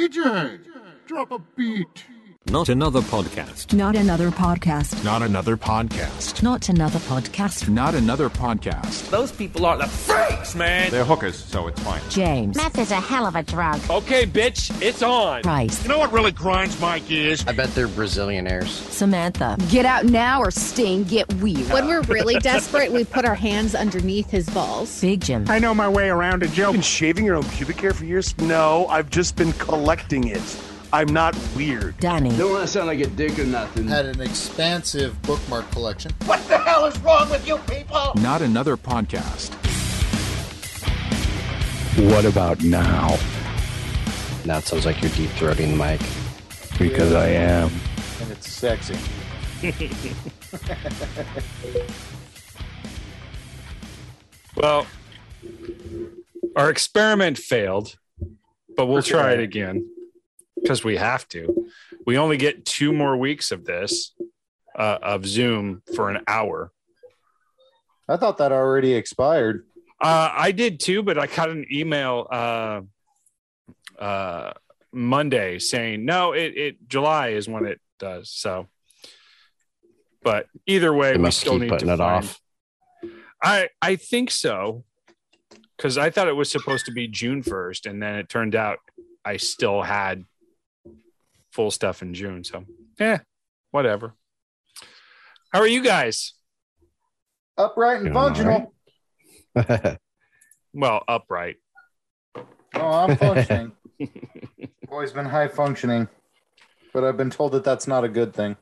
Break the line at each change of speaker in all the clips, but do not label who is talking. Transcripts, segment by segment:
DJ, drop a beat.
Not another podcast.
Not another podcast.
Not another podcast.
Not another podcast.
Not another podcast.
Those people are the freaks, man.
They're hookers, so it's fine.
James.
Meth is a hell of a drug.
Okay, bitch, it's on.
Price.
You know what really grinds my gears?
I bet they're Brazilianaires.
Samantha.
Get out now or Sting, get weird.
When we're really desperate, we put our hands underneath his balls.
Big Jim.
I know my way around a joke.
You've been shaving your own pubic hair for years? No, I've just been collecting it. I'm not weird.
Danny.
Don't want to sound like a dick or nothing.
Had an expansive bookmark collection.
What the hell is wrong with you people?
Not another podcast.
What about now?
Now it sounds like you're deep throating the mic.
Because I am.
And it's sexy.
Well, our experiment failed, but we'll try it again because we have to. We only get two more weeks of this uh, of Zoom for an hour.
I thought that already expired.
Uh, I did too, but I got an email uh, uh, Monday saying no, it, it July is when it does. So, but either way,
They
we
must
still
keep
need
putting
to
it
find-
off.
I I think so, because I thought it was supposed to be June first, and then it turned out I still had full stuff in June. So yeah, whatever. How are you guys?
Upright and
Doing all
functional.
Well, upright.
Oh, I'm functioning. Always been high functioning, but I've been told that that's not a good thing.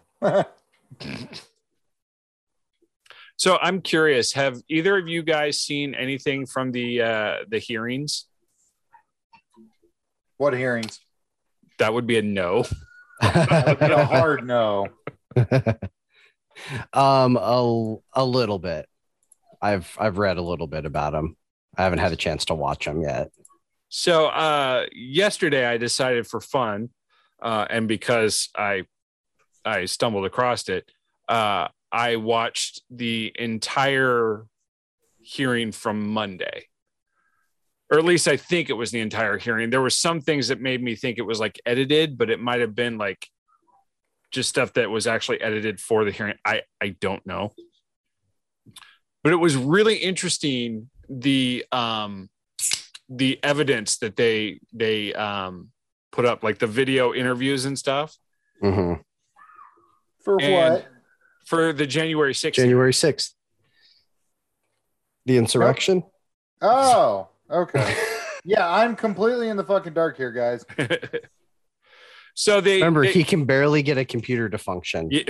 So I'm curious. Have either of you guys seen anything from the uh, the hearings?
what hearings?
That would be a no.
That would be a hard no.
um, a, a little bit. I've I've read a little bit about them. I haven't had a chance to watch them yet.
So uh, yesterday, I decided for fun, uh, and because I I stumbled across it, uh, I watched the entire hearing from Monday, or at least I think it was the entire hearing. There were some things that made me think it was like edited, but it might have been like just stuff that was actually edited for the hearing. I I don't know, but it was really interesting. The um, the evidence that they they um put up like the video interviews and stuff
hmm
For
And-
what?
for the January 6th.
January sixth, the insurrection.
Oh, okay. yeah, I'm completely in the fucking dark here, guys.
so they
Remember,
they-
he can barely get a computer to function.
Yeah.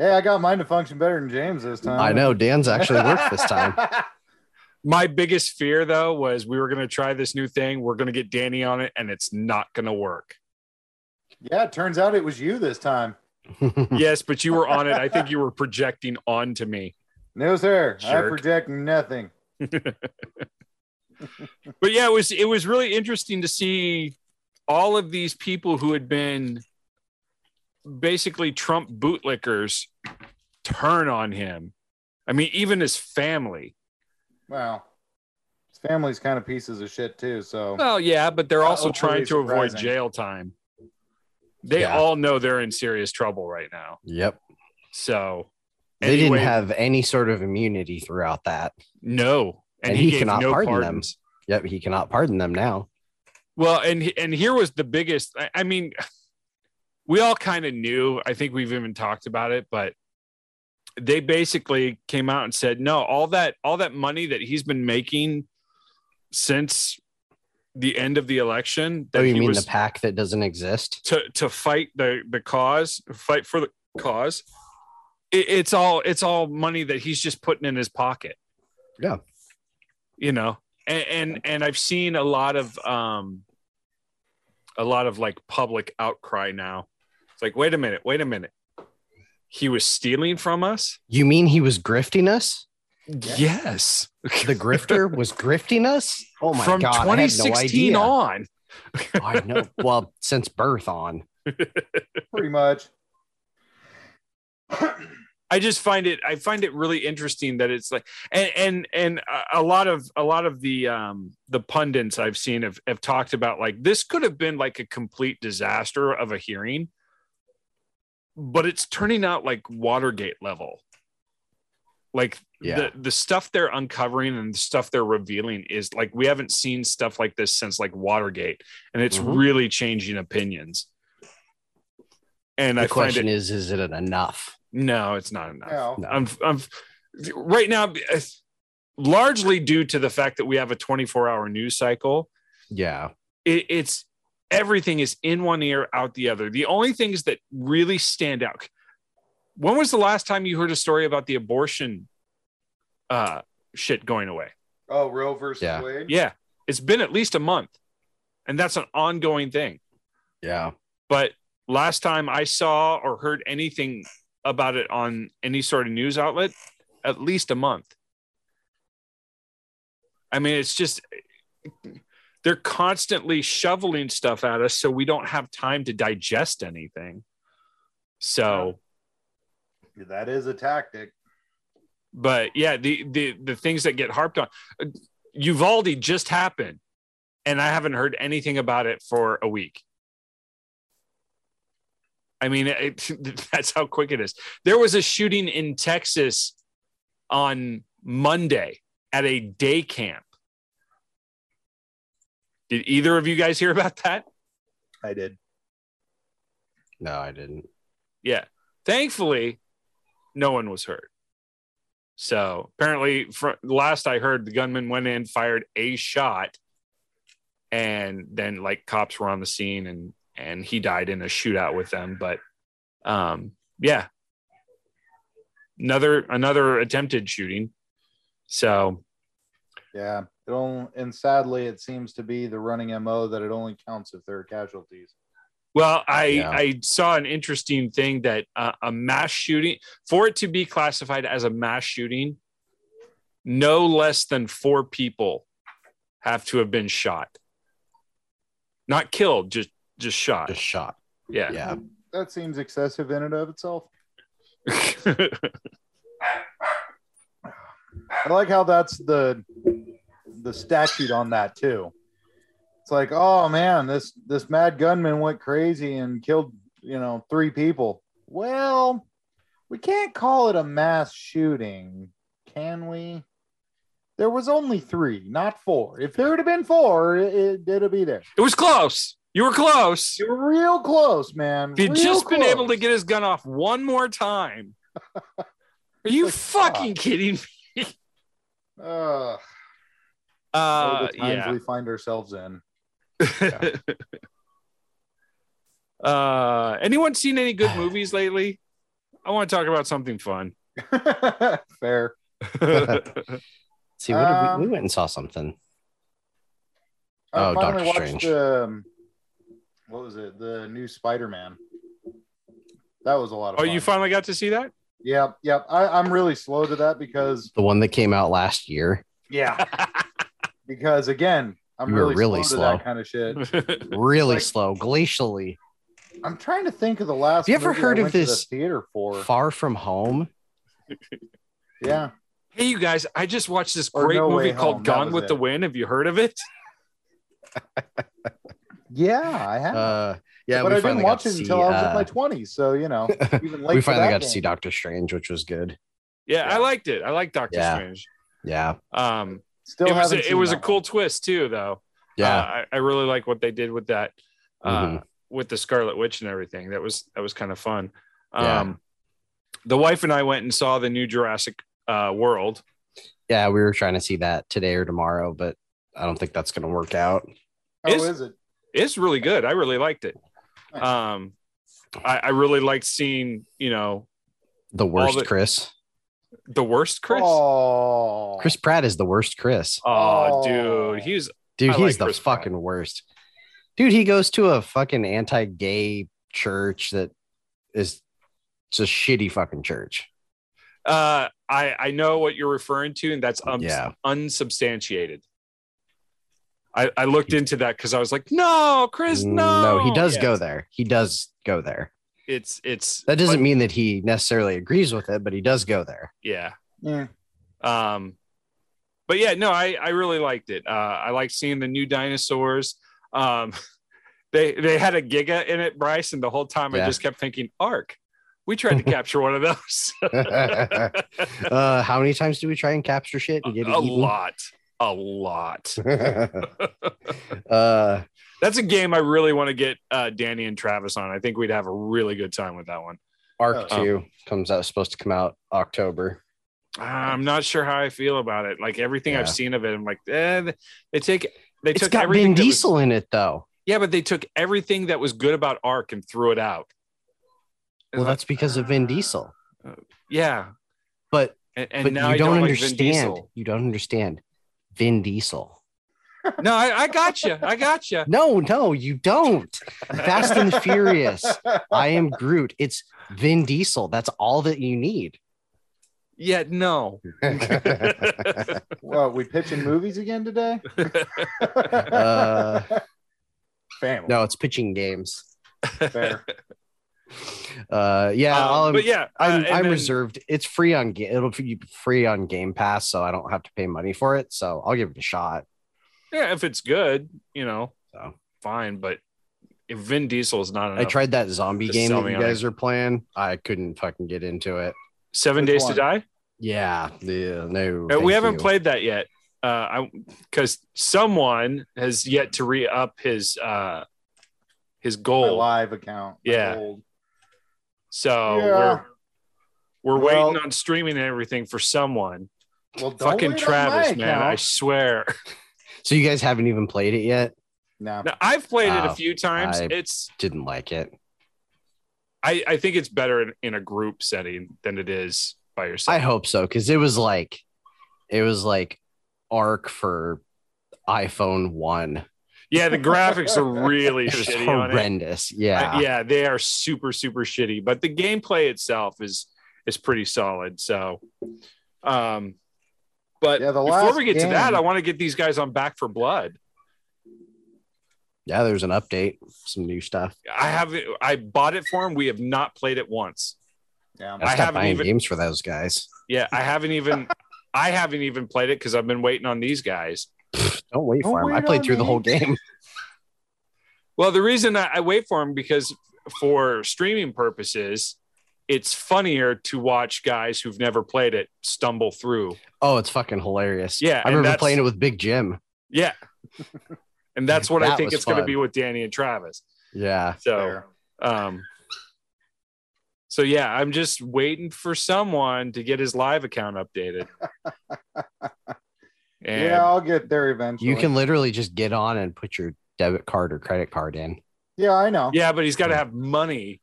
Hey, I got mine to function better than James this time.
I know Dan's actually worked this time.
my biggest fear though was we were going to try this new thing, we're going to get Danny on it and it's not going to work.
yeah, it turns out it was you this time.
Hmm.
yes, but you were on it. I think you were projecting onto me.
No, sir. I
Jerk.
project nothing.
But yeah, it was it was really interesting to see all of these people who had been basically Trump bootlickers turn on him. I mean, even his family.
Wow. His family's kind of pieces of shit too, so
Well, yeah, but they're
Not
also
overly
trying to avoid
surprising.
jail time. They
Yeah.
all know they're in serious trouble right now.
Yep.
So
They
anyway,
didn't have any sort of immunity throughout that.
no, and,
and
he,
he
gave
cannot
no
pardon them.
pardons.
Yep, he cannot pardon them now.
Well, and he- and here was the biggest. I, I mean, we all kind of knew. I think we've even talked about it, but they basically came out and said, no, all that all that money that he's been making since the end of the election that
Oh, you
he
mean
was
the pack that doesn't exist?
to to fight the the cause, fight for the cause. It, it's all it's all money that he's just putting in his pocket.
Yeah.
You know, and and, and I've seen a lot of um a lot of like public outcry now. It's like, wait a minute, wait a minute. He was stealing from us?
You mean he was grifting us?
Yes.
The grifter was grifting us? Oh my
From
god! I had no
2016
idea.
on.
Oh, I know. Well, since birth on.
pretty much.
I just find it I find it really interesting that it's like and and and a lot of a lot of the um the pundits I've seen have, have talked about like this could have been like a complete disaster of a hearing but it's turning out like Watergate level like
Yeah.
the the stuff they're uncovering and the stuff they're revealing is like we haven't seen stuff like this since like Watergate and it's
Mhm.
really changing opinions and
the
I find it
question is, is it enough?
no, it's not enough.
No.
No.
I'm, I'm right now, uh, largely due to the fact that we have a 24 hour news cycle.
Yeah.
It, it's everything is in one ear, out the other. The only things that really stand out. When was the last time you heard a story about the abortion uh, shit going away?
Oh, Roe versus
Yeah.
Wade.
Yeah, it's been at least a month, and that's an ongoing thing.
Yeah.
But last time I saw or heard anything about it on any sort of news outlet, at least a month. I mean, it's just they're constantly shoveling stuff at us, so we don't have time to digest anything. So,
That is a tactic.
but yeah, the the the things that get harped on, Uvalde just happened, and I haven't heard anything about it for a week. I mean, it, that's how quick it is. There was a shooting in Texas on Monday at a day camp. Did either of you guys hear about that?
I did.
No, I didn't.
Yeah. Thankfully, no one was hurt. So apparently, fr last I heard, the gunman went in, fired a shot, and then like cops were on the scene, and and he died in a shootout with them. But um, yeah, another another attempted shooting. So
Yeah. It only, and sadly, it seems to be the running MO that it only counts if there are casualties.
Well, I
Yeah.
I saw an interesting thing that uh, a mass shooting for it to be classified as a mass shooting, no less than four people have to have been shot, not killed, just just shot.
Just shot.
yeah.
Yeah.
That seems excessive in and of itself. I like how that's the the statute on that too. It's like, oh man, this this mad gunman went crazy and killed, you know, three people. Well, we can't call it a mass shooting, can we? There was only three, not four. If there would have been four, it, it, it'd be there.
it was close. You were close.
You were real close, man.
If he'd
Real
just been
close.
able to get his gun off one more time. Are you fucking kidding me?
Ugh.
Uh,
Oh, the times
yeah.
we find ourselves in.
uh, anyone seen any good movies lately? I want to talk about something fun.
Fair.
See, what did
Um,
we, we went and saw something.
I
Oh,
Uh, finally
Doctor
watched
Strange.
the um, what was it? The new Spider-Man. That was a lot of
oh,
fun.
you finally got to see that?
Yep, yep. I, I'm really slow to that because
The one that came out last year.
yeah, because again, I'm
You were
really,
really
slow, to
slow.
that kind of shit.
Really
Like-
slow, glacially.
I'm trying to think of the last.
You ever
movie I
heard of
went to the
this
theater for?
Far from home.
yeah,
hey, you guys, I just watched this
Or
great
No Way
movie called
Home, that
Gone
was
with
it.
the Wind. Have you heard of it?
yeah, I have.
Uh, yeah,
but
we
I
finally
didn't
got
watch
to
it
see,
until I was
uh,
in my 20s. So you know, even late.
we
for
finally
that
got to see
game.
Doctor Strange, which was good.
Yeah, I liked it. I like Doctor
Yeah.
Strange.
Yeah,
Um,
Still
it was
haven't
a, it
seen
was a
that
cool
one.
twist too, though.
yeah.
Uh, I, I really like what they did with that, uh,
Mhm.
with the Scarlet Witch and everything. That was that was kind of fun.
Yeah.
Um, The wife and I went and saw the new Jurassic uh, World.
yeah, we were trying to see that today or tomorrow, but I don't think that's going to work out.
Oh,
It's-
is it?
It's really good. I really liked it.
Nice.
Um, I, I really liked seeing you know
The worst
the-
Chris.
the worst Chris. Oh,
Oh,
Chris Pratt is the worst Chris.
Oh.
dude, he's
Dude,
I
he's
like
the
Chris Pratt.
fucking worst. Dude, he goes to a fucking anti-gay church that is just shitty fucking church.
uh, I I know what you're referring to, and that's um,
Yeah.
unsubstantiated. I, I looked into that because I was like, no, Chris, no.
he does
Yes.
go there. He does go there.
it's it's
that doesn't mean that he necessarily agrees with it, but he does go there.
yeah.
Yeah.
Um, but yeah, no, I I really liked it. Uh, I like seeing the new dinosaurs. Um, they they had a Giga in it, Bryce, and the whole time I
Yeah.
just kept thinking, Ark. We tried to capture one of those.
uh, how many times do we try and capture shit and get it
a
eaten?
lot, a lot.
uh,
That's a game I really want to get uh, Danny and Travis on. I think we'd have a really good time with that one.
Arc
Oh.
Two comes out supposed to come out October.
I'm not sure how I feel about it. Like everything I've
Yeah.
seen of it, I'm like, eh, they take they
It's
took
got Vin
everything. that was-
Diesel in it though.
yeah, but they took everything that was good about Ark and threw it out.
Well, that's because of Vin Diesel.
Yeah,
But
and, and
but
now
you
I
don't,
don't, like Vin
understand.
Diesel.
you don't understand. Vin Diesel.
No, I, I got you. I got you.
No, no, you don't. Fast and the Furious. I am Groot. It's Vin Diesel. That's all that you need.
Yeah, no.
Well, Oh, we pitching movies again today?
Uh,
Family.
no, it's pitching games.
Fair.
Uh, yeah,
Um,
I'll-
but yeah, uh,
I'm,
and
I'm
then-
reserved. It's free on Ga- it'll be free on Game Pass, so I don't have to pay money for it. So I'll give it a shot.
Yeah, if it's good, you know,
So
fine. But if Vin Diesel is not,
I
enough-
tried that zombie
Just
game
sell
that
me
you
on
guys are playing. I couldn't fucking get into it.
Seven
Which
Days
one?
to Die.
Yeah, yeah, no.
Uh,
thank
we haven't
you.
played that yet. Uh, I because someone has yet to re up his uh his
My
goal.
live account. My
Yeah.
old-
So
Yeah.
we're we're
Well-
waiting on streaming and everything for someone.
Well, don't
Fucking
wait on
Travis,
my
man! I
account.
swear.
So you guys haven't even played it yet.
Nah.
Now, I've played it
Oh,
a few times.
I-
It's
Didn't like it.
I I think it's better in, in a group setting than it is by yourself.
I hope so because it was like, it was like, Arc for iPhone One.
Yeah, the graphics are really
It was
shitty on it.
horrendous. Yeah.
Uh, yeah, they are super super shitty, but the gameplay itself is is pretty solid. So, um, but
Yeah, the
before
last
we get to that,
game-
I want to get these guys on Back for Blood.
Yeah, there's an update, some new stuff.
I have I bought it for them. We have not played it once.
Yeah.
I,
I
stopped
haven't
buying
even-
games for those guys.
Yeah, I haven't even I haven't even played it because I've been waiting on these guys.
Don't wait
Don't
for them. I
wait
played
on
through the
me.
whole game.
Well, the reason I, I wait for them because for streaming purposes, it's funnier to watch guys who've never played it stumble through.
Oh, it's fucking hilarious.
Yeah,
I
and
remember
that's-
playing it with Big Jim.
Yeah. And that's what I
That
think
was
it's going to
fun.
be with Danny and Travis.
Yeah.
So,
Fair.
um, so yeah, I'm just waiting for someone to get his live account updated. and
yeah, I'll get there eventually.
You can literally just get on and put your debit card or credit card in.
Yeah, I know.
yeah, but he's got to have money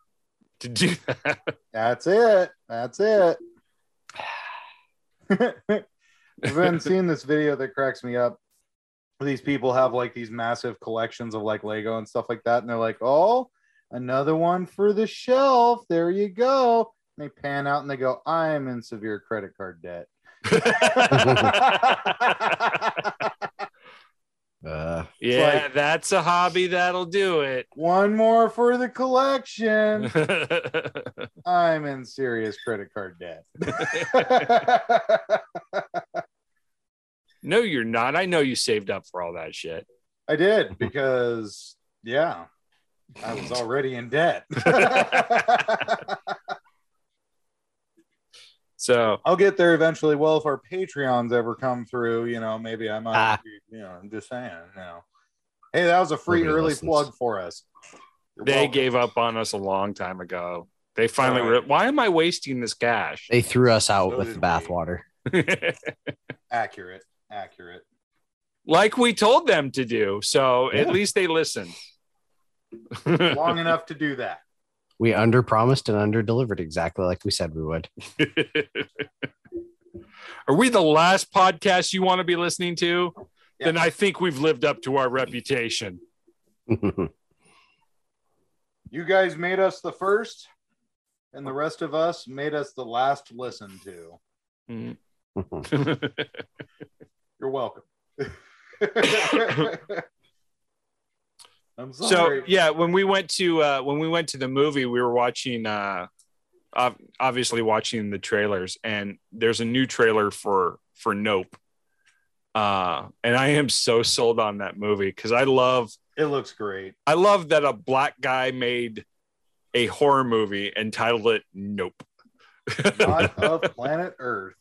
to do that.
That's it. That's it. I've been seeing this video that cracks me up. These people have like these massive collections of like Lego and stuff like that. And they're like, oh, another one for the shelf. There you go. And they pan out and they go, I'm in severe credit card debt.
Uh,
yeah,
like-
that's a hobby that'll do it.
one more for the collection. I'm in serious credit card debt.
no, you're not. I know you saved up for all that shit.
I did because yeah, I was already in debt.
So,
I'll get there eventually. Well, if our Patreons ever come through, you know, maybe I might.
Ah.
You know, I'm just saying. You know, hey, that was a free
Nobody
early
listens.
plug for us. You're
they
welcome.
gave up on us a long time ago. They finally
All
were.
right.
Why am I wasting this cash?
they threw us out
So
with
did
the
we.
bathwater.
accurate, accurate.
like we told them to do. So at least they listened.
Long enough to do that.
We underpromised and underdelivered exactly like we said we would.
Are we the last podcast you want to be listening to?
Yeah.
Then I think we've lived up to our reputation.
You guys made us the first, and the rest of us made us the last listened to.
Mm.
You're welcome. I'm
So
sorry.
yeah, when we went to uh, when we went to the movie, we were watching uh, ob- obviously watching the trailers, and there's a new trailer for for Nope, uh, and I am so sold on that movie because I love
it looks great.
I love that a black guy made a horror movie and titled it Nope.
God of planet Earth.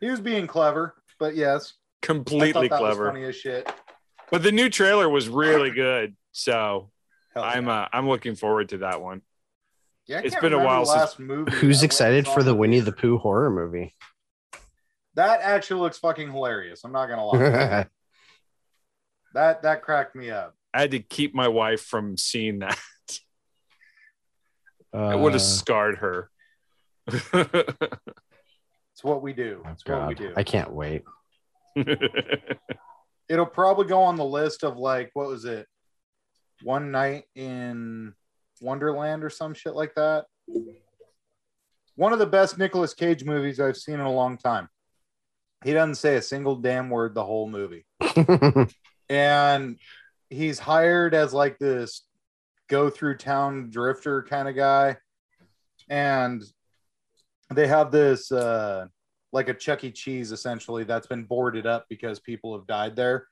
He was being clever, but yes, I thought
Completely
that was
clever.
funny as shit.
But the new trailer was really good, so
Hell Oh, yeah.
I'm uh, I'm looking forward to that one.
Yeah, I
It's
can't
been a
remember
while
the
since-
last movie. I went
Who's
and
excited
saw.
for the Winnie the Pooh horror movie?
That actually looks fucking hilarious. I'm not gonna lie.
I
that that cracked me up.
I had to keep my wife from seeing that.
Uh,
I would have scarred her.
It's what we do. It's what we do.
Oh, I can't wait.
It'll probably go on the list of like what was it? One night in Wonderland or some shit like that. One of the best Nicolas Cage movies I've seen in a long time. He doesn't say a single damn word the whole movie. and he's hired as like this go through town drifter kind of guy and they have this uh like a chuck e cheese essentially that's been boarded up because people have died there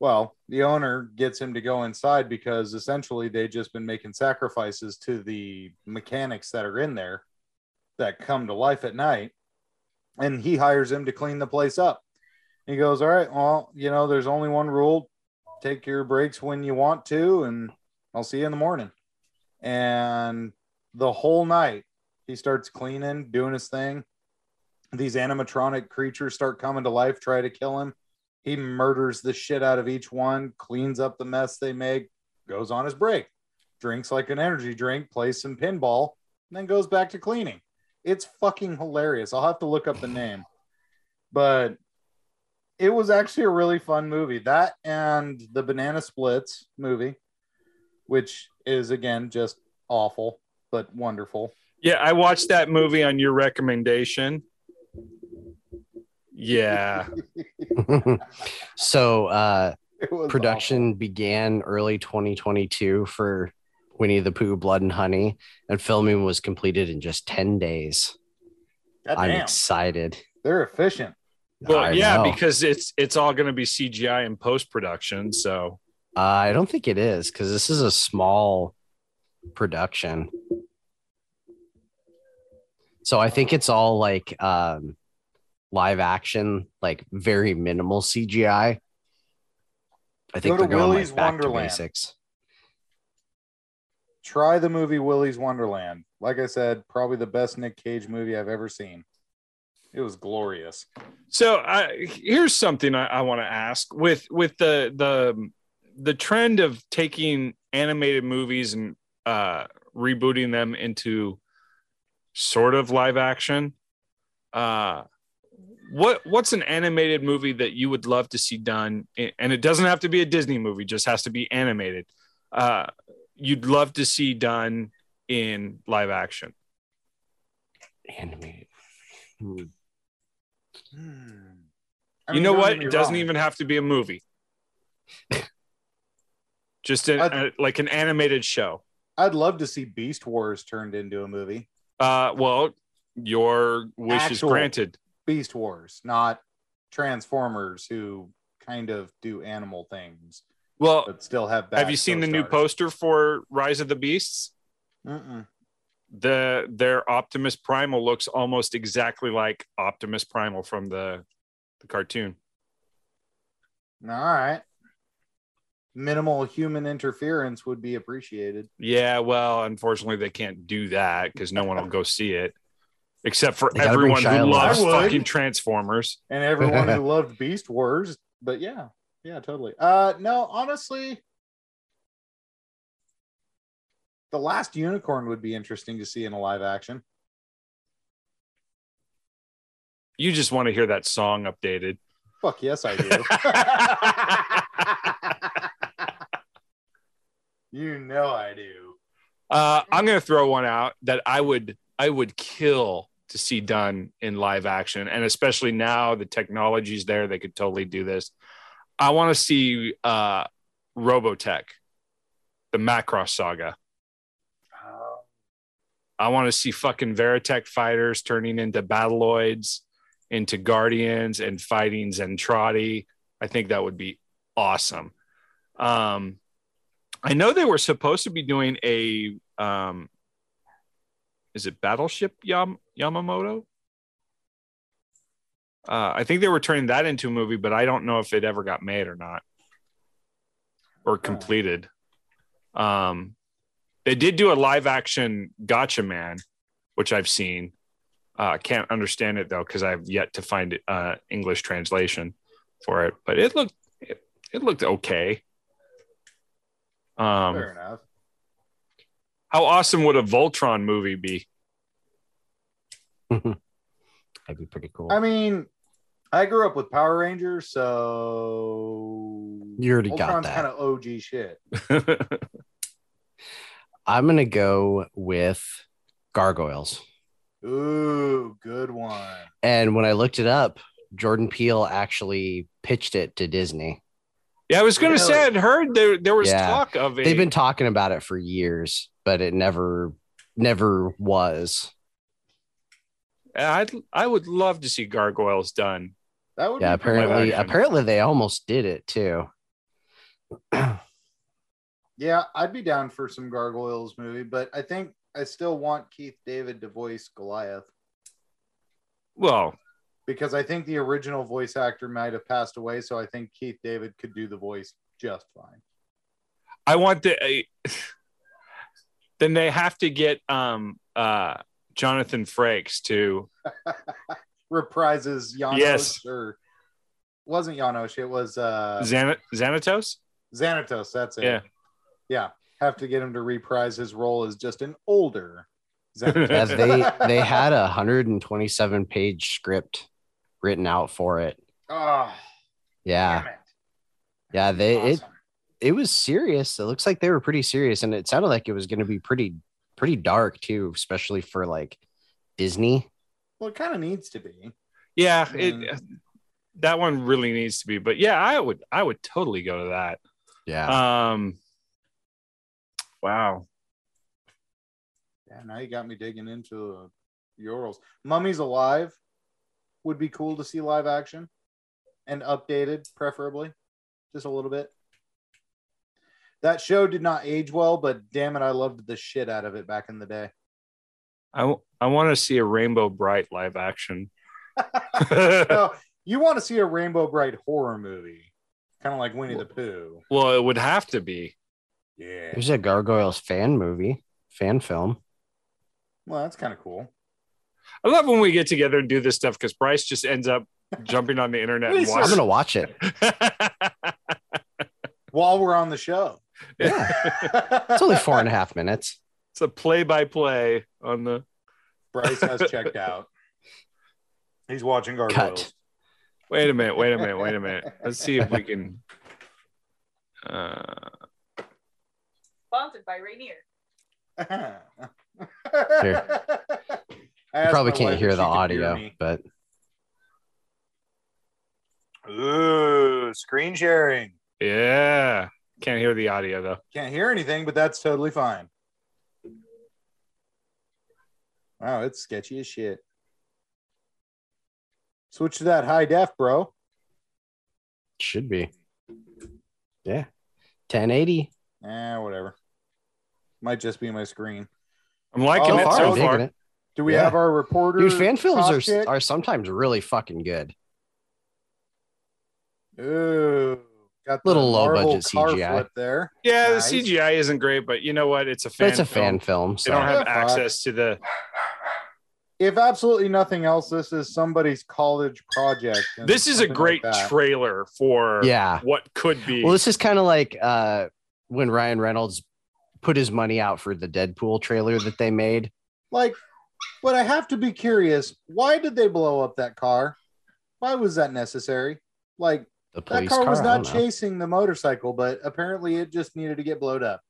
well the owner gets him to go inside because essentially they've just been making sacrifices to the mechanics that are in there that come to life at night and he hires him to clean the place up he goes all right well you know there's only one rule take your breaks when you want to and i'll see you in the morning and the whole night he starts cleaning doing his thing these animatronic creatures start coming to life try to kill him he murders the shit out of each one cleans up the mess they make goes on his break drinks like an energy drink plays some pinball and then goes back to cleaning it's fucking hilarious i'll have to look up the name but it was actually a really fun movie. That and the Banana Splits movie, which is again just awful but wonderful.
yeah, I watched that movie on your recommendation. Yeah.
so uh
It was
production began early 2022 for Winnie the Pooh Blood and Honey and filming was completed in just 10 days.
awful. God
I'm
damn,
excited.
they're efficient.
Well,
I
yeah,
know.
because it's it's all going to be CGI in post production. So
Uh, I don't think it is cuz this is a small production. So I think it's all like um live action, like very minimal CGI. I think
to
they're going
Willy's
like back
Wonderland.
to basics.
Try the movie Willy's Wonderland. Like I said, probably the best Nick Cage movie I've ever seen. It was glorious.
so I, here's something I, I want to ask with with the the the trend of taking animated movies and uh, rebooting them into sort of live action. Uh, what what's an animated movie that you would love to see done? A- And it doesn't have to be a Disney movie; just has to be animated. Uh, you'd love to see done in live action.
Animated.
I
you
mean,
know
don't
what?
get me
It doesn't
wrong.
even have to be a movie. Just an,
I-
uh, like an animated show.
I'd love to see Beast Wars turned into a movie.
Uh, well, your wish
Actual.
is granted.
Beast Wars, not Transformers, who kind of do animal things
Well,
but still have.
have you seen the new poster for Rise of the Beasts?
new post?
The their Optimus Primal looks almost exactly like Optimus Primal from the the cartoon.
All right. Minimal human interference would be appreciated.
Yeah, well, unfortunately, they can't do that because no one will go see it, except for
They gotta bring
everyone who
Shia
loves
LaBeouf. I would.
fucking Transformers.
And everyone who loved Beast Wars, but yeah, yeah, totally. Uh, no, honestly, the last unicorn would be interesting to see in a live action.
You just want to hear that song updated.
Fuck yes, I do. you know I do.
Uh, I'm gonna throw one out that I would I would kill to see done in live action, and especially now the technology's there; they could totally do this. I want to see uh, Robotech the Macross saga. I want to see fucking Veritech fighters turning into Battleoids, into Guardians, and fighting Zentradi. I think that would be awesome. Um, I know they were supposed to be doing a, um, is it Battleship Yam- Yamamoto? Uh, I think they were turning that into a movie, but I don't know if it ever got made or not or completed. Um, they did do a live action Gotcha Man, which I've seen. Uh, can't understand it though because I've yet to find uh, English translation for it. But it looked it, it looked okay. Um,
Fair enough.
How awesome would a Voltron movie be?
That'd be pretty cool.
I mean, I grew up with Power Rangers, so
You already got that.
kind of OG shit.
I'm gonna go with gargoyles.
Ooh, good one.
And when I looked it up, Jordan Peele actually pitched it to Disney.
Yeah, I was going to
Really?
say I'd heard there there was
Yeah.
talk of a
They've been talking about it for years, but it never, never was.
uh, I'd I would love to see gargoyles done.
That would
Yeah,
be pretty
apparently,
good.
apparently they almost did it too.
Yeah, I'd be down for some Gargoyles movie, but I think I still want Keith David to voice Goliath
Well,
because I think the original voice actor might have passed away, so I think Keith David could do the voice just fine.
I want the I, then they have to get um uh Jonathan Frakes to
Reprises Janos
Yes.
or wasn't Janos, it was uh
Xana- Xanatos.
Xanatos, that's it.
Yeah.
Yeah. Have to get him to reprise his role as just an older
Yeah,
Xanatos.
they they had a 127 page script written out for it.
Ah,
Yeah,
damn it.
yeah, they it
Awesome.
it was serious. It looks like they were pretty serious, and it sounded like it was going to be pretty pretty dark too, especially for like Disney.
Well, it kind of needs to be.
Yeah, it
Mm.
that one really needs to be. But yeah, I would I would totally go to that.
Yeah,
Uh,
Um Wow.
Yeah, now you got me digging into uh, your roles. Mummies Alive would be cool to see live action and updated, preferably, just a little bit. That show did not age well, but damn it, I loved the shit out of it back in the day.
I w- I want to see a Rainbow Bright live action.
Oh,
So you want to see a Rainbow Bright horror movie, kind of like Winnie the Pooh.
well, it would have to be.
Yeah.
there's a Gargoyles fan movie, fan film.
Well, that's kind of cool.
I love when we get together and do this stuff because Bryce just ends up jumping on the internet and
I'm
watching.
gonna watch it.
While we're on the show,
Yeah, it's only four and a half minutes.
it's a play-by-play on the.
Bryce has checked out. He's watching Gargoyles.
Cut.
Wait a minute! Wait a minute! Wait a minute! Let's see if we can. Uh,
Sponsored by Rainier.
You probably can't hear the audio, but
Ooh, screen sharing.
yeah, can't hear the audio though.
Can't hear anything, but that's totally fine. Wow, it's sketchy as shit. Switch to that high def, bro.
should be. Yeah, 1080.
Eh, whatever. Might just be my screen.
I'm liking
Oh,
it
I'm
so
digging
far.
it.
Do we
Yeah.
have our reporter?
Dude, fan films
top
are
pick?
are sometimes really fucking good.
Ooh, got the
Little low
Marvel
budget
car
CGI.
flip there.
Yeah,
Nice.
the CGI isn't great, but you know what? It's a fan.
It's a fan
film.
film.
They
so
don't have
Yeah, fuck.
access to the.
If absolutely nothing else, this is somebody's college project. and
This is a
something like
great
that.
trailer for
Yeah.
what could be.
Well, this is kind of like uh, when Ryan Reynolds put his money out for the Deadpool trailer that they made.
Like, but I have to be curious. Why did they blow up that car? Why was that necessary? Like
The
that
police
car, was
I
not
don't know.
chasing the motorcycle, but apparently it just needed to get blowed up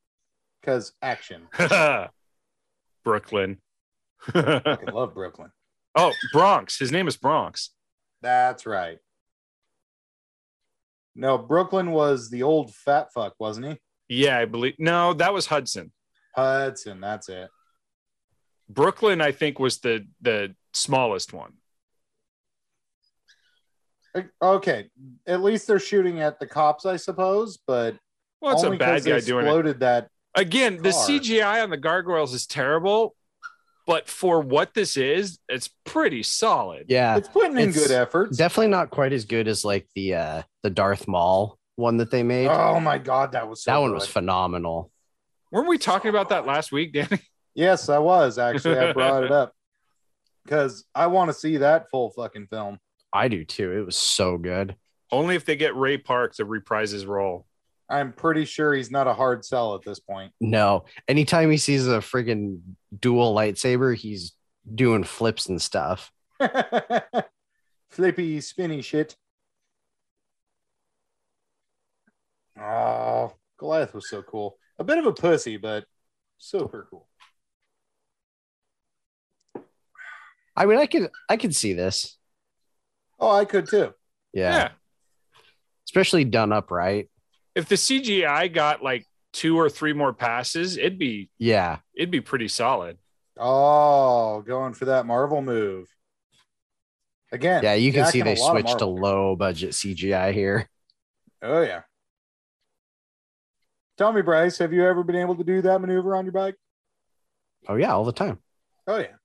because action.
Brooklyn.
I love Brooklyn.
oh, Bronx. His name is Bronx.
That's right. No, Brooklyn was the old fat fuck, wasn't he?
Yeah, I believe. No, that was Hudson.
Hudson, that's it.
Brooklyn, I think, was the the smallest one.
Okay, at least they're shooting at the cops, I suppose. But
Well, it's a
only
bad
'cause they
guy doing it.
exploded that.
Again, the
Car.
CGI on the gargoyles is terrible, but for what this is, it's pretty solid.
Yeah.
It's putting in good efforts.
Definitely not quite as good as like the uh the Darth Maul one that they made.
Oh my god, that was so
that one
good.
was phenomenal.
Weren't we talking about that last week, Danny?
Yes, I was actually. I brought it up because I want to see that full fucking film.
I do too. It was so good.
Only if they get Ray Park to reprise his role.
I'm pretty sure he's not a hard sell at this point.
No, anytime he sees a friggin' dual lightsaber, he's doing flips and stuff.
Flippy, spinny shit. Oh, Goliath was so cool. A bit of a pussy, but super cool.
I mean, I could I could see this.
Oh, I could too.
Yeah.
Yeah.
Especially done up right.
If the CGI got like two or three more passes, it'd be
Yeah.
it'd be pretty solid.
Oh, going for that Marvel move. Again,
Yeah, you can see
jacking a
they
lot of
switched to
Marvel.
low budget CGI here.
Oh yeah. Tell me, Bryce, have you ever been able to do that maneuver on your bike?
Oh yeah, all the time.
Oh yeah.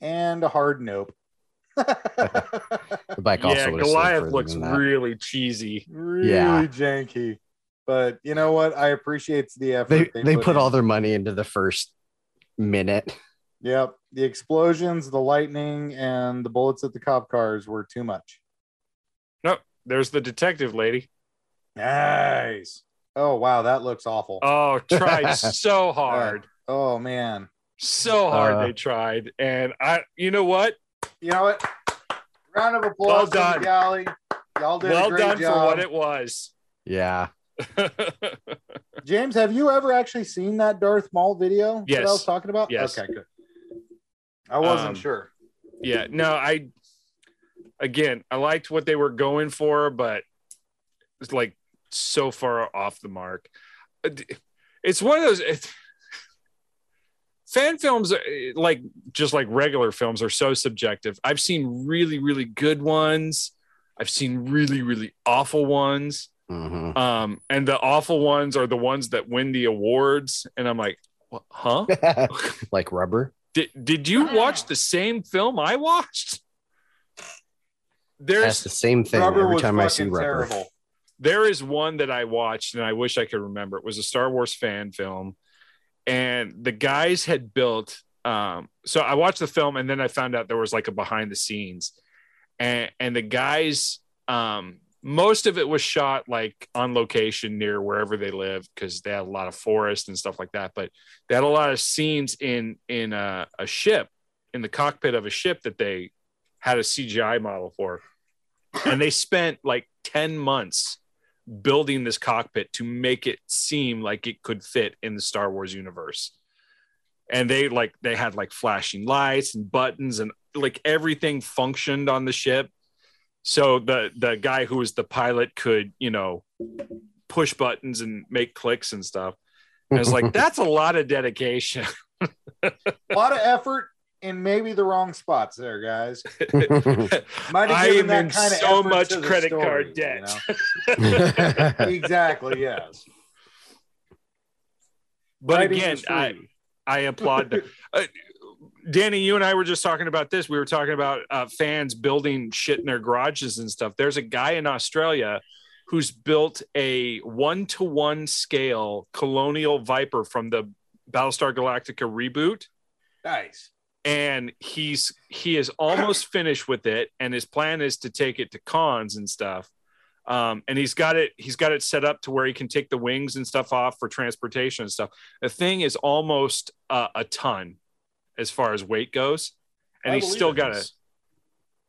and a hard nope.
The bike also
yeah,
would've slid
Goliath
further
looks
than that.
really cheesy.
Really
Yeah.
janky. But you know what? I appreciate the effort.
they they put,
in.
all their money into the first minute.
Yep. The explosions, the lightning, and the bullets at the cop cars were too much.
No, there's the detective lady.
Nice. Oh wow, that looks awful.
Oh, tried so hard.
oh man.
So hard
Uh,
they tried. And I you know what?
You know what? Round of applause,
Well
to
done.
the galley. Y'all did a
well
great
done
job.
for what it was.
Yeah.
James, have you ever actually seen that Darth Maul video
Yes.
that I was talking about?
Yes.
Okay, good. I wasn't
Um,
sure.
yeah no i again i liked what they were going for but it's like so far off the mark it's one of those it's, fan films eh, like just like regular films are so subjective i've seen really really good ones i've seen really really awful ones
Mhm.
um and the awful ones are the ones that win the awards and i'm like "Wha- huh
like rubber.
did, did you watch the same film I watched?
That's
There's
the same thing every time I see rubber.
there is one that I watched and I wish I could remember. It was a Star Wars fan film, and the guys had built. Um, so I watched the film and then I found out there was like a behind the scenes, and and the guys. Um, most of it was shot like on location near wherever they live because they had a lot of forest and stuff like that. But they had a lot of scenes in in a, a ship in the cockpit of a ship that they had a CGI model for, and they spent like ten months building this cockpit to make it seem like it could fit in the Star Wars universe. And they like they had like flashing lights and buttons and like everything functioned on the ship. So the the guy who was the pilot could, you know, push buttons and make clicks and stuff. And I was like, that's a lot of dedication.
A lot of effort in maybe the wrong spots there, guys. Might have
I
given
am
that
in
kind of
so
effort
much
to the
credit
story,
card
you
debt.
know? exactly, yes.
But
Writing
again,
is
I,
free.
I applaud them. Uh, Danny, you and I were just talking about this. We were talking about uh, fans building shit in their garages and stuff. There's a guy in Australia who's built a one to one scale colonial Viper from the Battlestar Galactica reboot.
nice.
and he's he is almost finished with it and his plan is to take it to cons and stuff um, and he's got it he's got it set up to where he can take the wings and stuff off for transportation and stuff the thing is almost uh, a ton as far as weight goes and
I
he's
believe
still
it
got
is.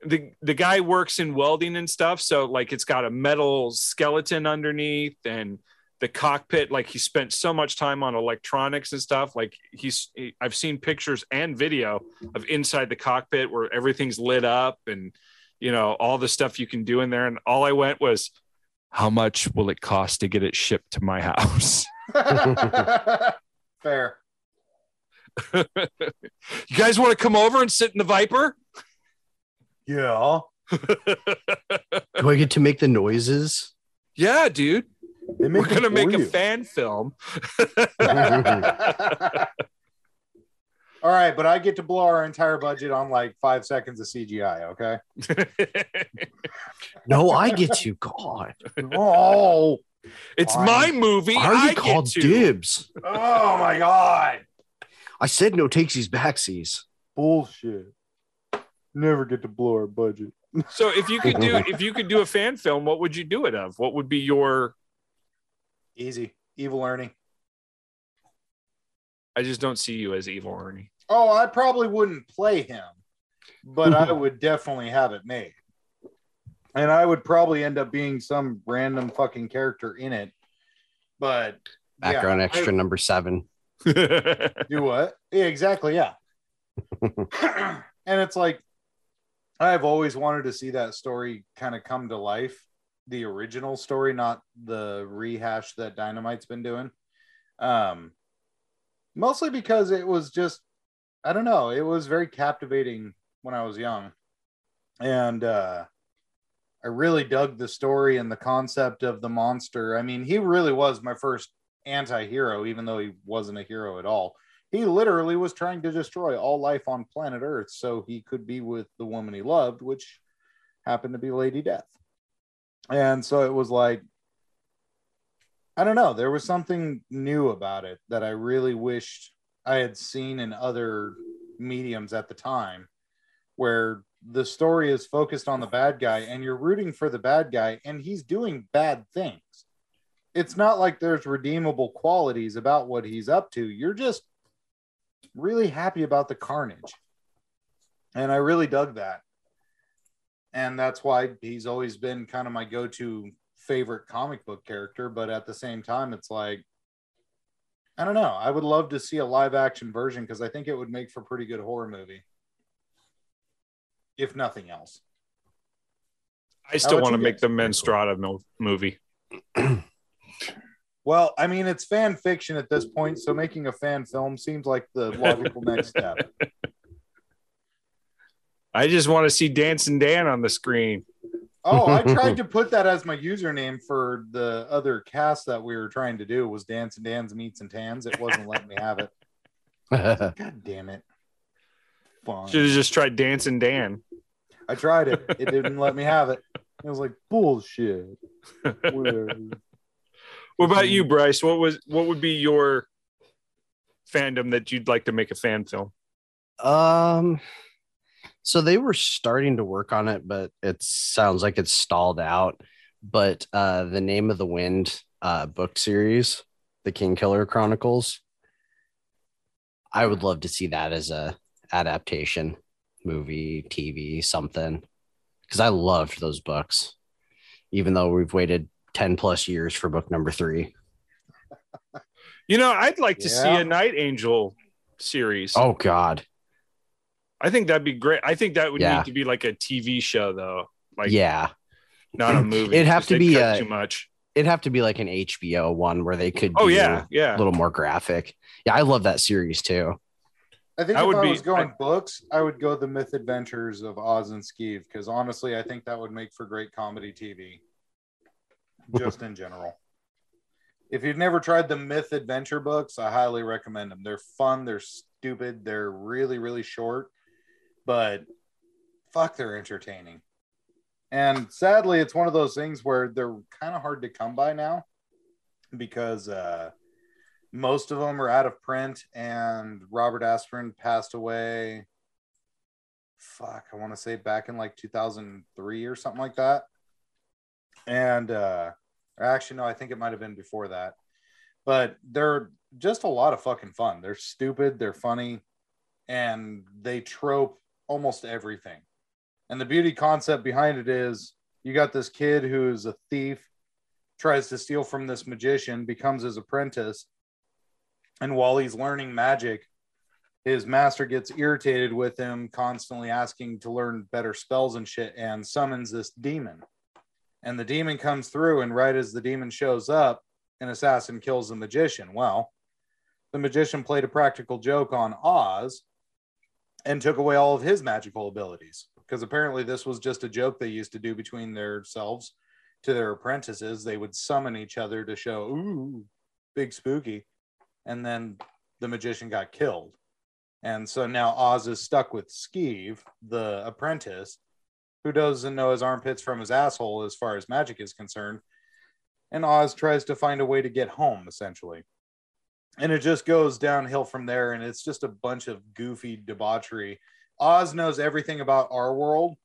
a the, the guy works in welding and stuff so like it's got a metal skeleton underneath and the cockpit like he spent so much time on electronics and stuff like he's he, i've seen pictures and video of inside the cockpit where everything's lit up and you know all the stuff you can do in there and all i went was how much will it cost to get it shipped to my house?
Fair.
you guys want to come over and sit in the Viper?
Yeah.
Do I get to make the noises?
Yeah, dude. We're
them
gonna make
for
a
you.
fan film.
Mm-hmm. All right, but I get to blow our entire budget on like five seconds of CGI. Okay.
No, I get you. God.
Oh.
It's
Fine.
my movie.
I already
I
called
get to.
dibs.
Oh my god.
I said no takesies backsies.
Bullshit. Never get to blow our budget.
So if you could do if you could do a fan film, what would you do it of? What would be your
Easy. Evil Ernie.
I just don't see you as evil Ernie.
Oh, I probably wouldn't play him, but I would definitely have it made. And I would probably end up being some random fucking character in it. But yeah,
Background extra
I-
number seven.
do what? Yeah, exactly. Yeah. and it's like, I've always wanted to see that story kind of come to life, the original story, not the rehash that Dynamite's been doing. Um, mostly because it was just, I don't know, it was very captivating when I was young. And, uh, I really dug the story and the concept of the monster. I mean, he really was my first anti-hero even though he wasn't a hero at all he literally was trying to destroy all life on planet earth so he could be with the woman he loved which happened to be lady death and so it was like i don't know there was something new about it that i really wished i had seen in other mediums at the time where the story is focused on the bad guy and you're rooting for the bad guy and he's doing bad things it's not like there's redeemable qualities about what he's up to. You're just really happy about the carnage. And I really dug that. And that's why he's always been kind of my go to favorite comic book character. But at the same time, it's like, I don't know. I would love to see a live action version because I think it would make for a pretty good horror movie, if nothing else.
I still
about
want to
you
make
guys?
the Menstrada mil- movie.
Well, I mean, it's fan fiction at this point, so making a fan film seems like the logical next step.
I just want to see Dancing Dan on the screen.
Oh, I tried to put that as my username for the other cast that we were trying to do was Dance and Dan's Meets and Tans. It wasn't letting me have it. God damn it. Fine.
Should have just tried Dancing Dan.
I tried it. It didn't let me have it. I was like, bullshit. Whatever.
What about you, Bryce? What was what would be your fandom that you'd like to make a fan film?
Um, so they were starting to work on it, but it sounds like it's stalled out. But uh, the name of the wind uh, book series, the King Killer Chronicles, I would love to see that as a adaptation, movie, TV, something, because I loved those books, even though we've waited ten plus years for book number three.
You know, I'd like to see
Yeah.
a Night Angel series.
Oh God,
I think that'd be great. I think that would
Yeah.
need to be like a TV show though. Like
yeah,
not a movie.
It'd have
because
to
they
be
cut
a-
too much.
it'd have to be like an HBO one where they could.
Oh
do-
yeah, yeah.
a little more graphic. Yeah, I love that series too.
I think
I
if
would
I
be-
was going books, I would go the myth adventures of Oz and Skeeve because honestly, I think that would make for great comedy TV just in general. If you've never tried the myth adventure books, I highly recommend them. They're fun, they're stupid, they're really, really short, but fuck, they're entertaining. And sadly, it's one of those things where they're kind of hard to come by now because uh, most of them are out of print and robert aspirin passed away fuck i want to say back in like 2003 or something like that and uh or actually no i think it might have been before that but they're just a lot of fucking fun they're stupid they're funny and they trope almost everything and the beauty concept behind it is you got this kid who is a thief tries to steal from this magician, becomes his apprentice. And while he's learning magic, his master gets irritated with him, constantly asking to learn better spells and shit, and summons this demon. and the demon comes through and right as the demon shows up an assassin kills the magician well the magician played a practical joke on oz and took away all of his magical abilities because apparently this was just a joke they used to do between themselves to their apprentices they would summon each other to show ooh big spooky and then the magician got killed and so now oz is stuck with skeeve the apprentice who doesn't know his armpits from his asshole as far as magic is concerned. And Oz tries to find a way to get home, essentially. And it just goes downhill from there. And it's just a bunch of goofy debauchery. Oz knows everything about our world.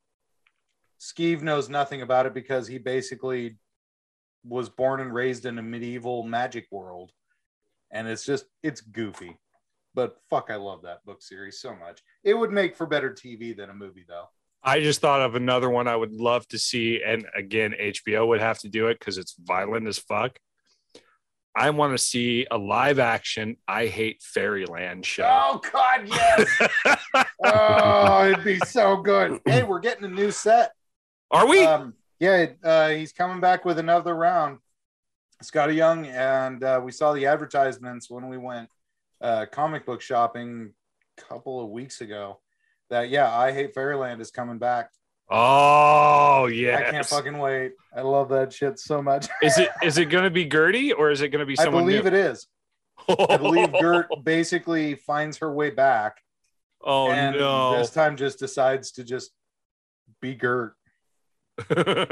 Skeeve knows nothing about it because he basically was born and raised in a medieval magic world. And it's just, it's goofy. But fuck, I love that book series so much. It would make for better TV than a movie, though.
I just thought of another one I would love to see. And again, HBO would have to do it because it's violent as fuck. I want to see a live action I Hate Fairyland show.
Oh, God, yes. oh, it'd be so good. Hey, we're getting a new set.
Are we?
Um, yeah, uh, he's coming back with another round. Scotty Young, and uh, we saw the advertisements when we went uh, comic book shopping a couple of weeks ago that yeah, I hate Fairyland is coming back.
Oh yeah,
I can't fucking wait. I love that shit so much.
is it is it going to be Gertie or is it going to be someone?
I believe
new?
it is. I believe Gert basically finds her way back.
Oh
and
no!
This time, just decides to just be Gert. and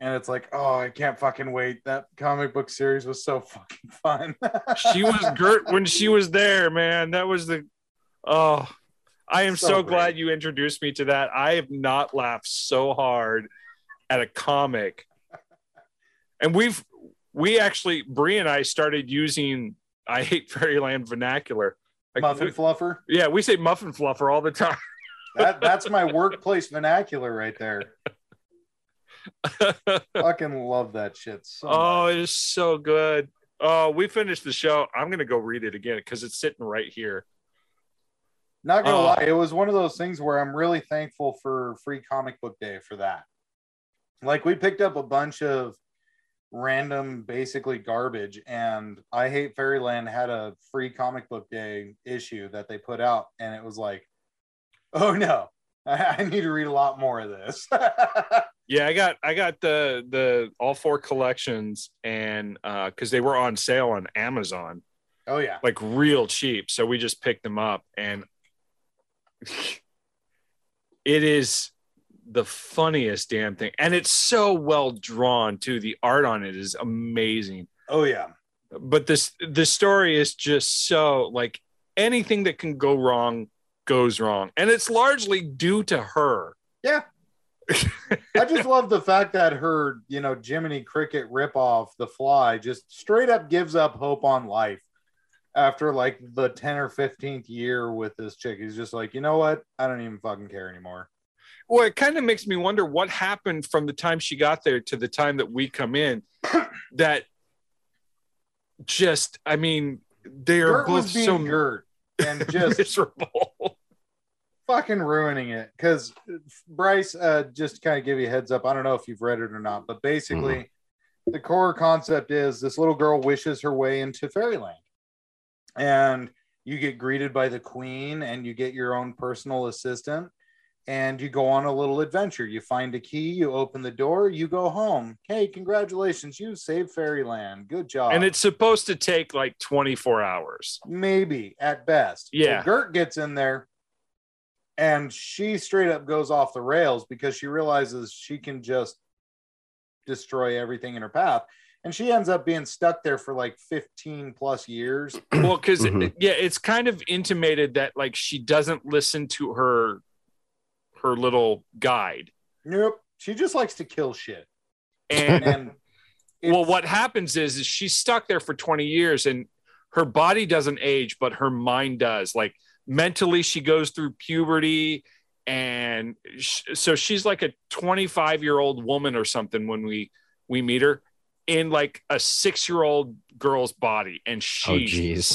it's like, oh, I can't fucking wait. That comic book series was so fucking fun.
she was Gert when she was there, man. That was the oh I am so,
So great.
glad you introduced me to that. I have not laughed so hard at a comic. And we've we actually Bree and I started using I hate Fairyland vernacular. Like,
Muffin
we-
Fluffer.
yeah, we say muffin fluffer all the time.
That that's my workplace vernacular right there. fucking love that shit so
oh, it is so good. Oh, we finished the show. I'm gonna go read it again because it's sitting right here.
Not gonna
Uh,
lie, it was one of those things where I'm really thankful for free comic book day for that. Like we picked up a bunch of random basically garbage and I Hate Fairyland had a free comic book day issue that they put out and it was like, oh no, I, I need to read a lot more of this.
Yeah, I got I got the the all four collections and uh because they were on sale on Amazon.
oh yeah.
like real cheap. So we just picked them up and it is the funniest damn thing. And it's so well drawn too. The art on it is amazing.
Oh yeah.
But this the story is just so like anything that can go wrong goes wrong. And it's largely due to her.
Yeah. I just love the fact that her, you know, Jiminy Cricket ripoff, The Fly, just straight up gives up hope on life after like the 10 or 15th year with this chick. He's just like, you know what? I don't even fucking care anymore.
Well, it kind of makes me wonder what happened from the time she got there to the time that we come in. that just, I mean, they are
Gert
both
was being
so
Gert and just
miserable.
fucking ruining it because Bryce, uh, just to kind of give you a heads up, I don't know if you've read it or not, but basically, the core concept is this little girl wishes her way into fairyland, and you get greeted by the queen, and you get your own personal assistant, and you go on a little adventure. You find a key, you open the door, you go home. Hey, congratulations, you saved fairyland. Good job.
And it's supposed to take like 24 hours.
maybe at best.
Yeah.
So Gert gets in there and she straight up goes off the rails because she realizes she can just destroy everything in her path. And she ends up being stuck there for like 15 plus years.
Well, because,
Mhm.
yeah, it's kind of intimated that like she doesn't listen to her her little guide.
Nope. She just likes to kill shit.
And
And
well, what happens is, is she's stuck there for 20 years and her body doesn't age, but her mind does. Like mentally, she goes through puberty. And sh- so she's like a 25 year old woman or something when we, we meet her in like a six year old girl's body. And
Oh,
she's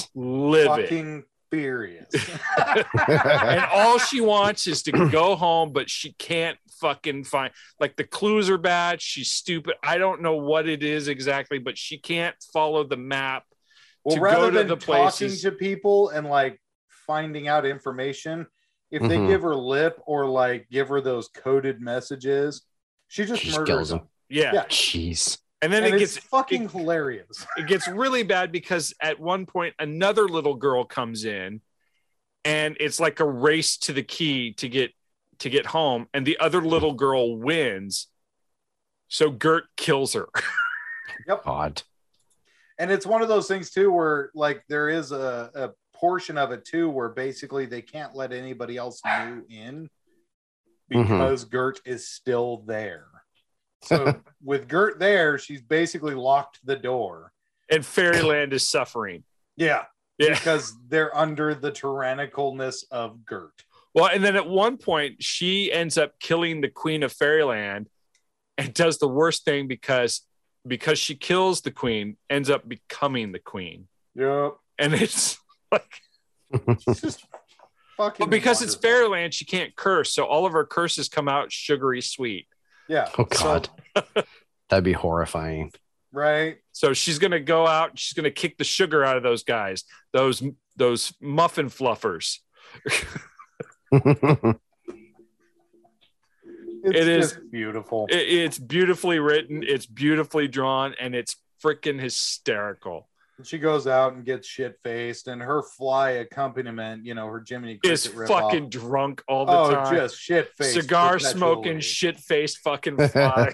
jeez.
livid.
fucking furious.
and all she wants is to go home, but she can't fucking find like the clues are bad. She's stupid. I don't know what it is exactly, but she can't follow the map
Well,
to
rather
go to
than
the
talking
places.
to people and like finding out information, if they
Mhm.
give her lip or like give her those coded messages, she just
She
murders
kills
them.
him.
yeah.
Yeah.
Jeez.
And then
And
it
it's
gets
fucking hilarious.
it gets really bad because at one point another little girl comes in and it's like a race to the key to get to get home and the other little girl wins so gert kills her
God.
and it's one of those things too where like there is a, a portion of it too where basically they can't let anybody else new in
Mhm.
because gert is still there so with gert there she's basically locked the door
and fairyland is suffering
yeah,
Yeah.
because they're under the tyrannicalness of gert
well and then at one point she ends up killing the queen of fairyland and does the worst thing because because she kills the queen ends up becoming the queen
yep
and it's
it's just fucking
But because it's
wonderful.
Fairyland, she can't curse, so all of her curses come out sugary sweet.
yeah
Oh God. That'd be horrifying.
right
So she's gonna go out, she's gonna kick the sugar out of those guys, those those muffin fluffers.
it's
It is-
just beautiful
It- it's beautifully written, it's beautifully drawn, and it's freaking hysterical.
And she goes out and gets shit faced, and her fly accompaniment, you know, her Jiminy
Is
Cricket ripoff-
fucking drunk all the
oh,
time.
just shit faced,
Cigar smoking, shit faced fucking fly.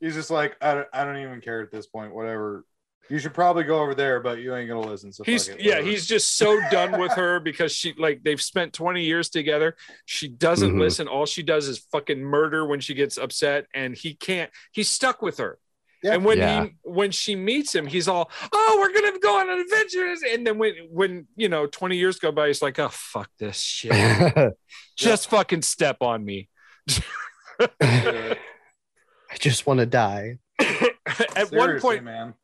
He's just like, I don't, I don't even care at this point. Whatever. You should probably go over there, but you ain't gonna listen. So
he's
fuck it,
yeah
whatever.
he's just so done with her because she like they've spent 20 years together she doesn't
Mhm.
listen all she does is fucking murder when she gets upset and he can't he's stuck with her
Yeah.
and when
Yeah.
he when she meets him he's all oh we're gonna go on adventures and then when when you know 20 years go by he's like oh fuck this shit just fucking step on me
uh,
I just want to die.
at one
Seriously,
point
man.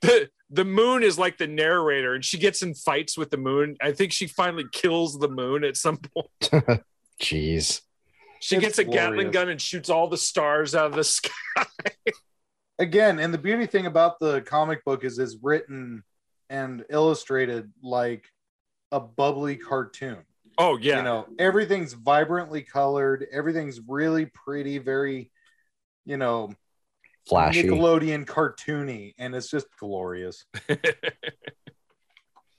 the the moon is like the narrator and she gets in fights with the moon i think she finally kills the moon at some point
Jeez.
She
It's
gets a Gatling
glorious.
gun and shoots all the stars out of the sky.
Again, and the beauty thing about the comic book is it's written and illustrated like a bubbly cartoon.
Oh yeah,
you know everything's vibrantly colored everything's really pretty very you know
Flashy.
nickelodeon cartoony and it's just glorious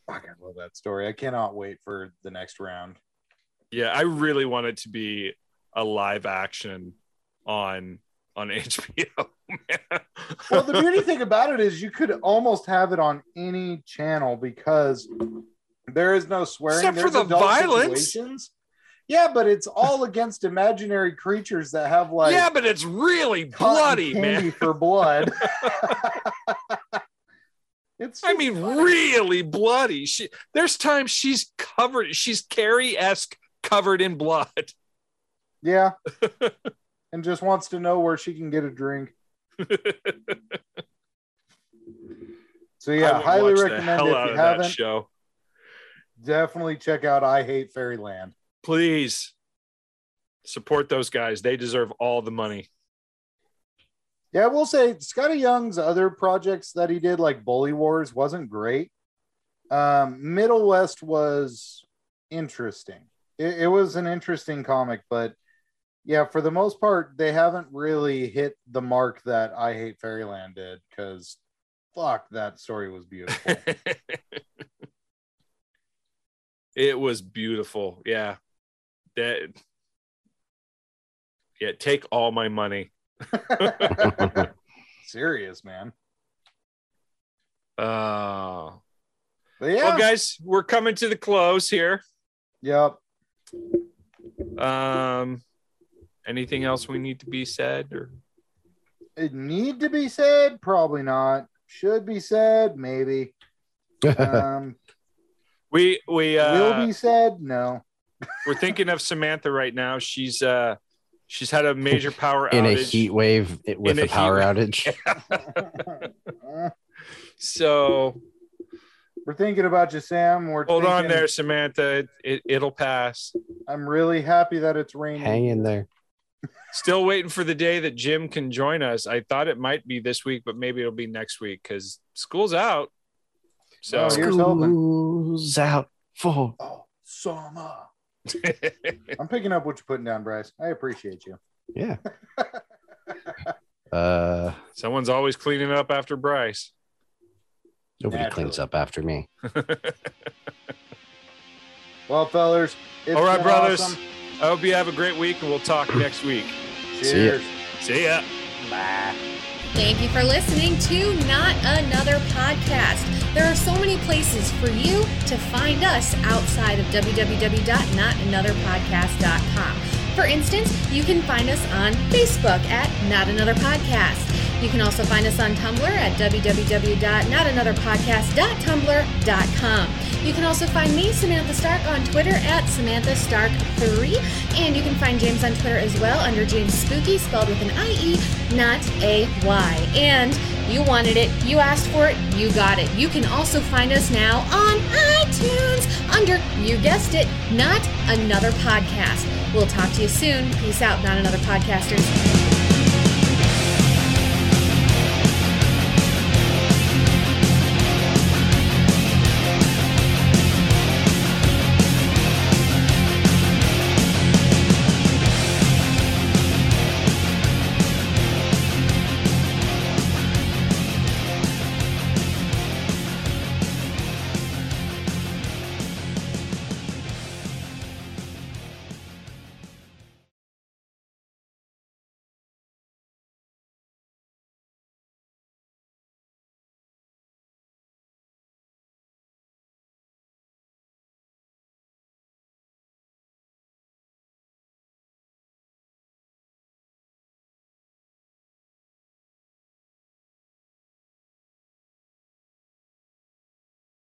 Fuck, i love that story i cannot wait for the next round
yeah. I really want it to be a live action on on HBO. man.
well the beauty thing about it is you could almost have it on any channel because there is no swearing
Except for
there's
the
adult
violence.
situations. yeah but it's all against imaginary creatures that have like
yeah, but it's really
cotton
bloody,
candy
man.
for blood. it's
I mean, really bloody. She there's times she's covered. She's Carrie esque covered in blood.
yeah, and just wants to know where she can get a drink. So
I
yeah,
would
highly
watch the
recommend
hell
if
out
you
of that
haven't.
show.
Definitely check out I Hate Fairyland.
Please support those guys. They deserve all the money.
Yeah, I will say Scotty Young's other projects that he did, like Bully Wars, wasn't great. Um, Middle West was interesting. It, it was an interesting comic, but yeah, for the most part, they haven't really hit the mark that I Hate Fairyland did because fuck, that story was beautiful.
it was beautiful. Yeah. That yeah, take all my money.
Serious, man.
Uh
But yeah,
well guys, we're coming to the close here.
yep.
Um anything else we need to be said or
It need to be said? Probably not. Should be said? Maybe. Um,
we we uh
will be said? No.
we're thinking of Samantha right now. She's uh she's had a major power
In a
outage.
heat wave it-
In
with
a
a,
heat
power
wave.
outage.
So
We're thinking about you, Sam. We're
hold on
thinking-
there, Samantha. It, it it'll pass.
I'm really happy that it's raining.
Hang in there.
Still waiting for the day that Jim can join us. I thought it might be this week, but maybe it'll be next week because school's out. So
Oh, here's hoping.
School's out for
summer. I'm picking up what you're putting down, Bryce. I appreciate you.
yeah. Uh,
someone's always cleaning up after Bryce.
nobody cleans up after me.
Well, fellers. it's
All right,
been
brothers.
awesome.
I hope you have a great week, and we'll talk next week.
See ya.
Cheers.
See ya.
Bye.
Thank you for listening to Not Another Podcast. There are so many places for you to find us outside of www.notanotherpodcast.com. For instance, you can find us on Facebook at Not Another Podcast. You can also find us on Tumblr at www.notanotherpodcast.tumblr.com. You can also find me, Samantha Stark, on Twitter at Samantha Stark3. And you can find James on Twitter as well under James Spooky, spelled with an I-E, not a Y. And you wanted it, you asked for it, you got it. You can also find us now on iTunes under, you guessed it, Not Another Podcast. We'll talk to you soon. Peace out, Not Another Podcasters.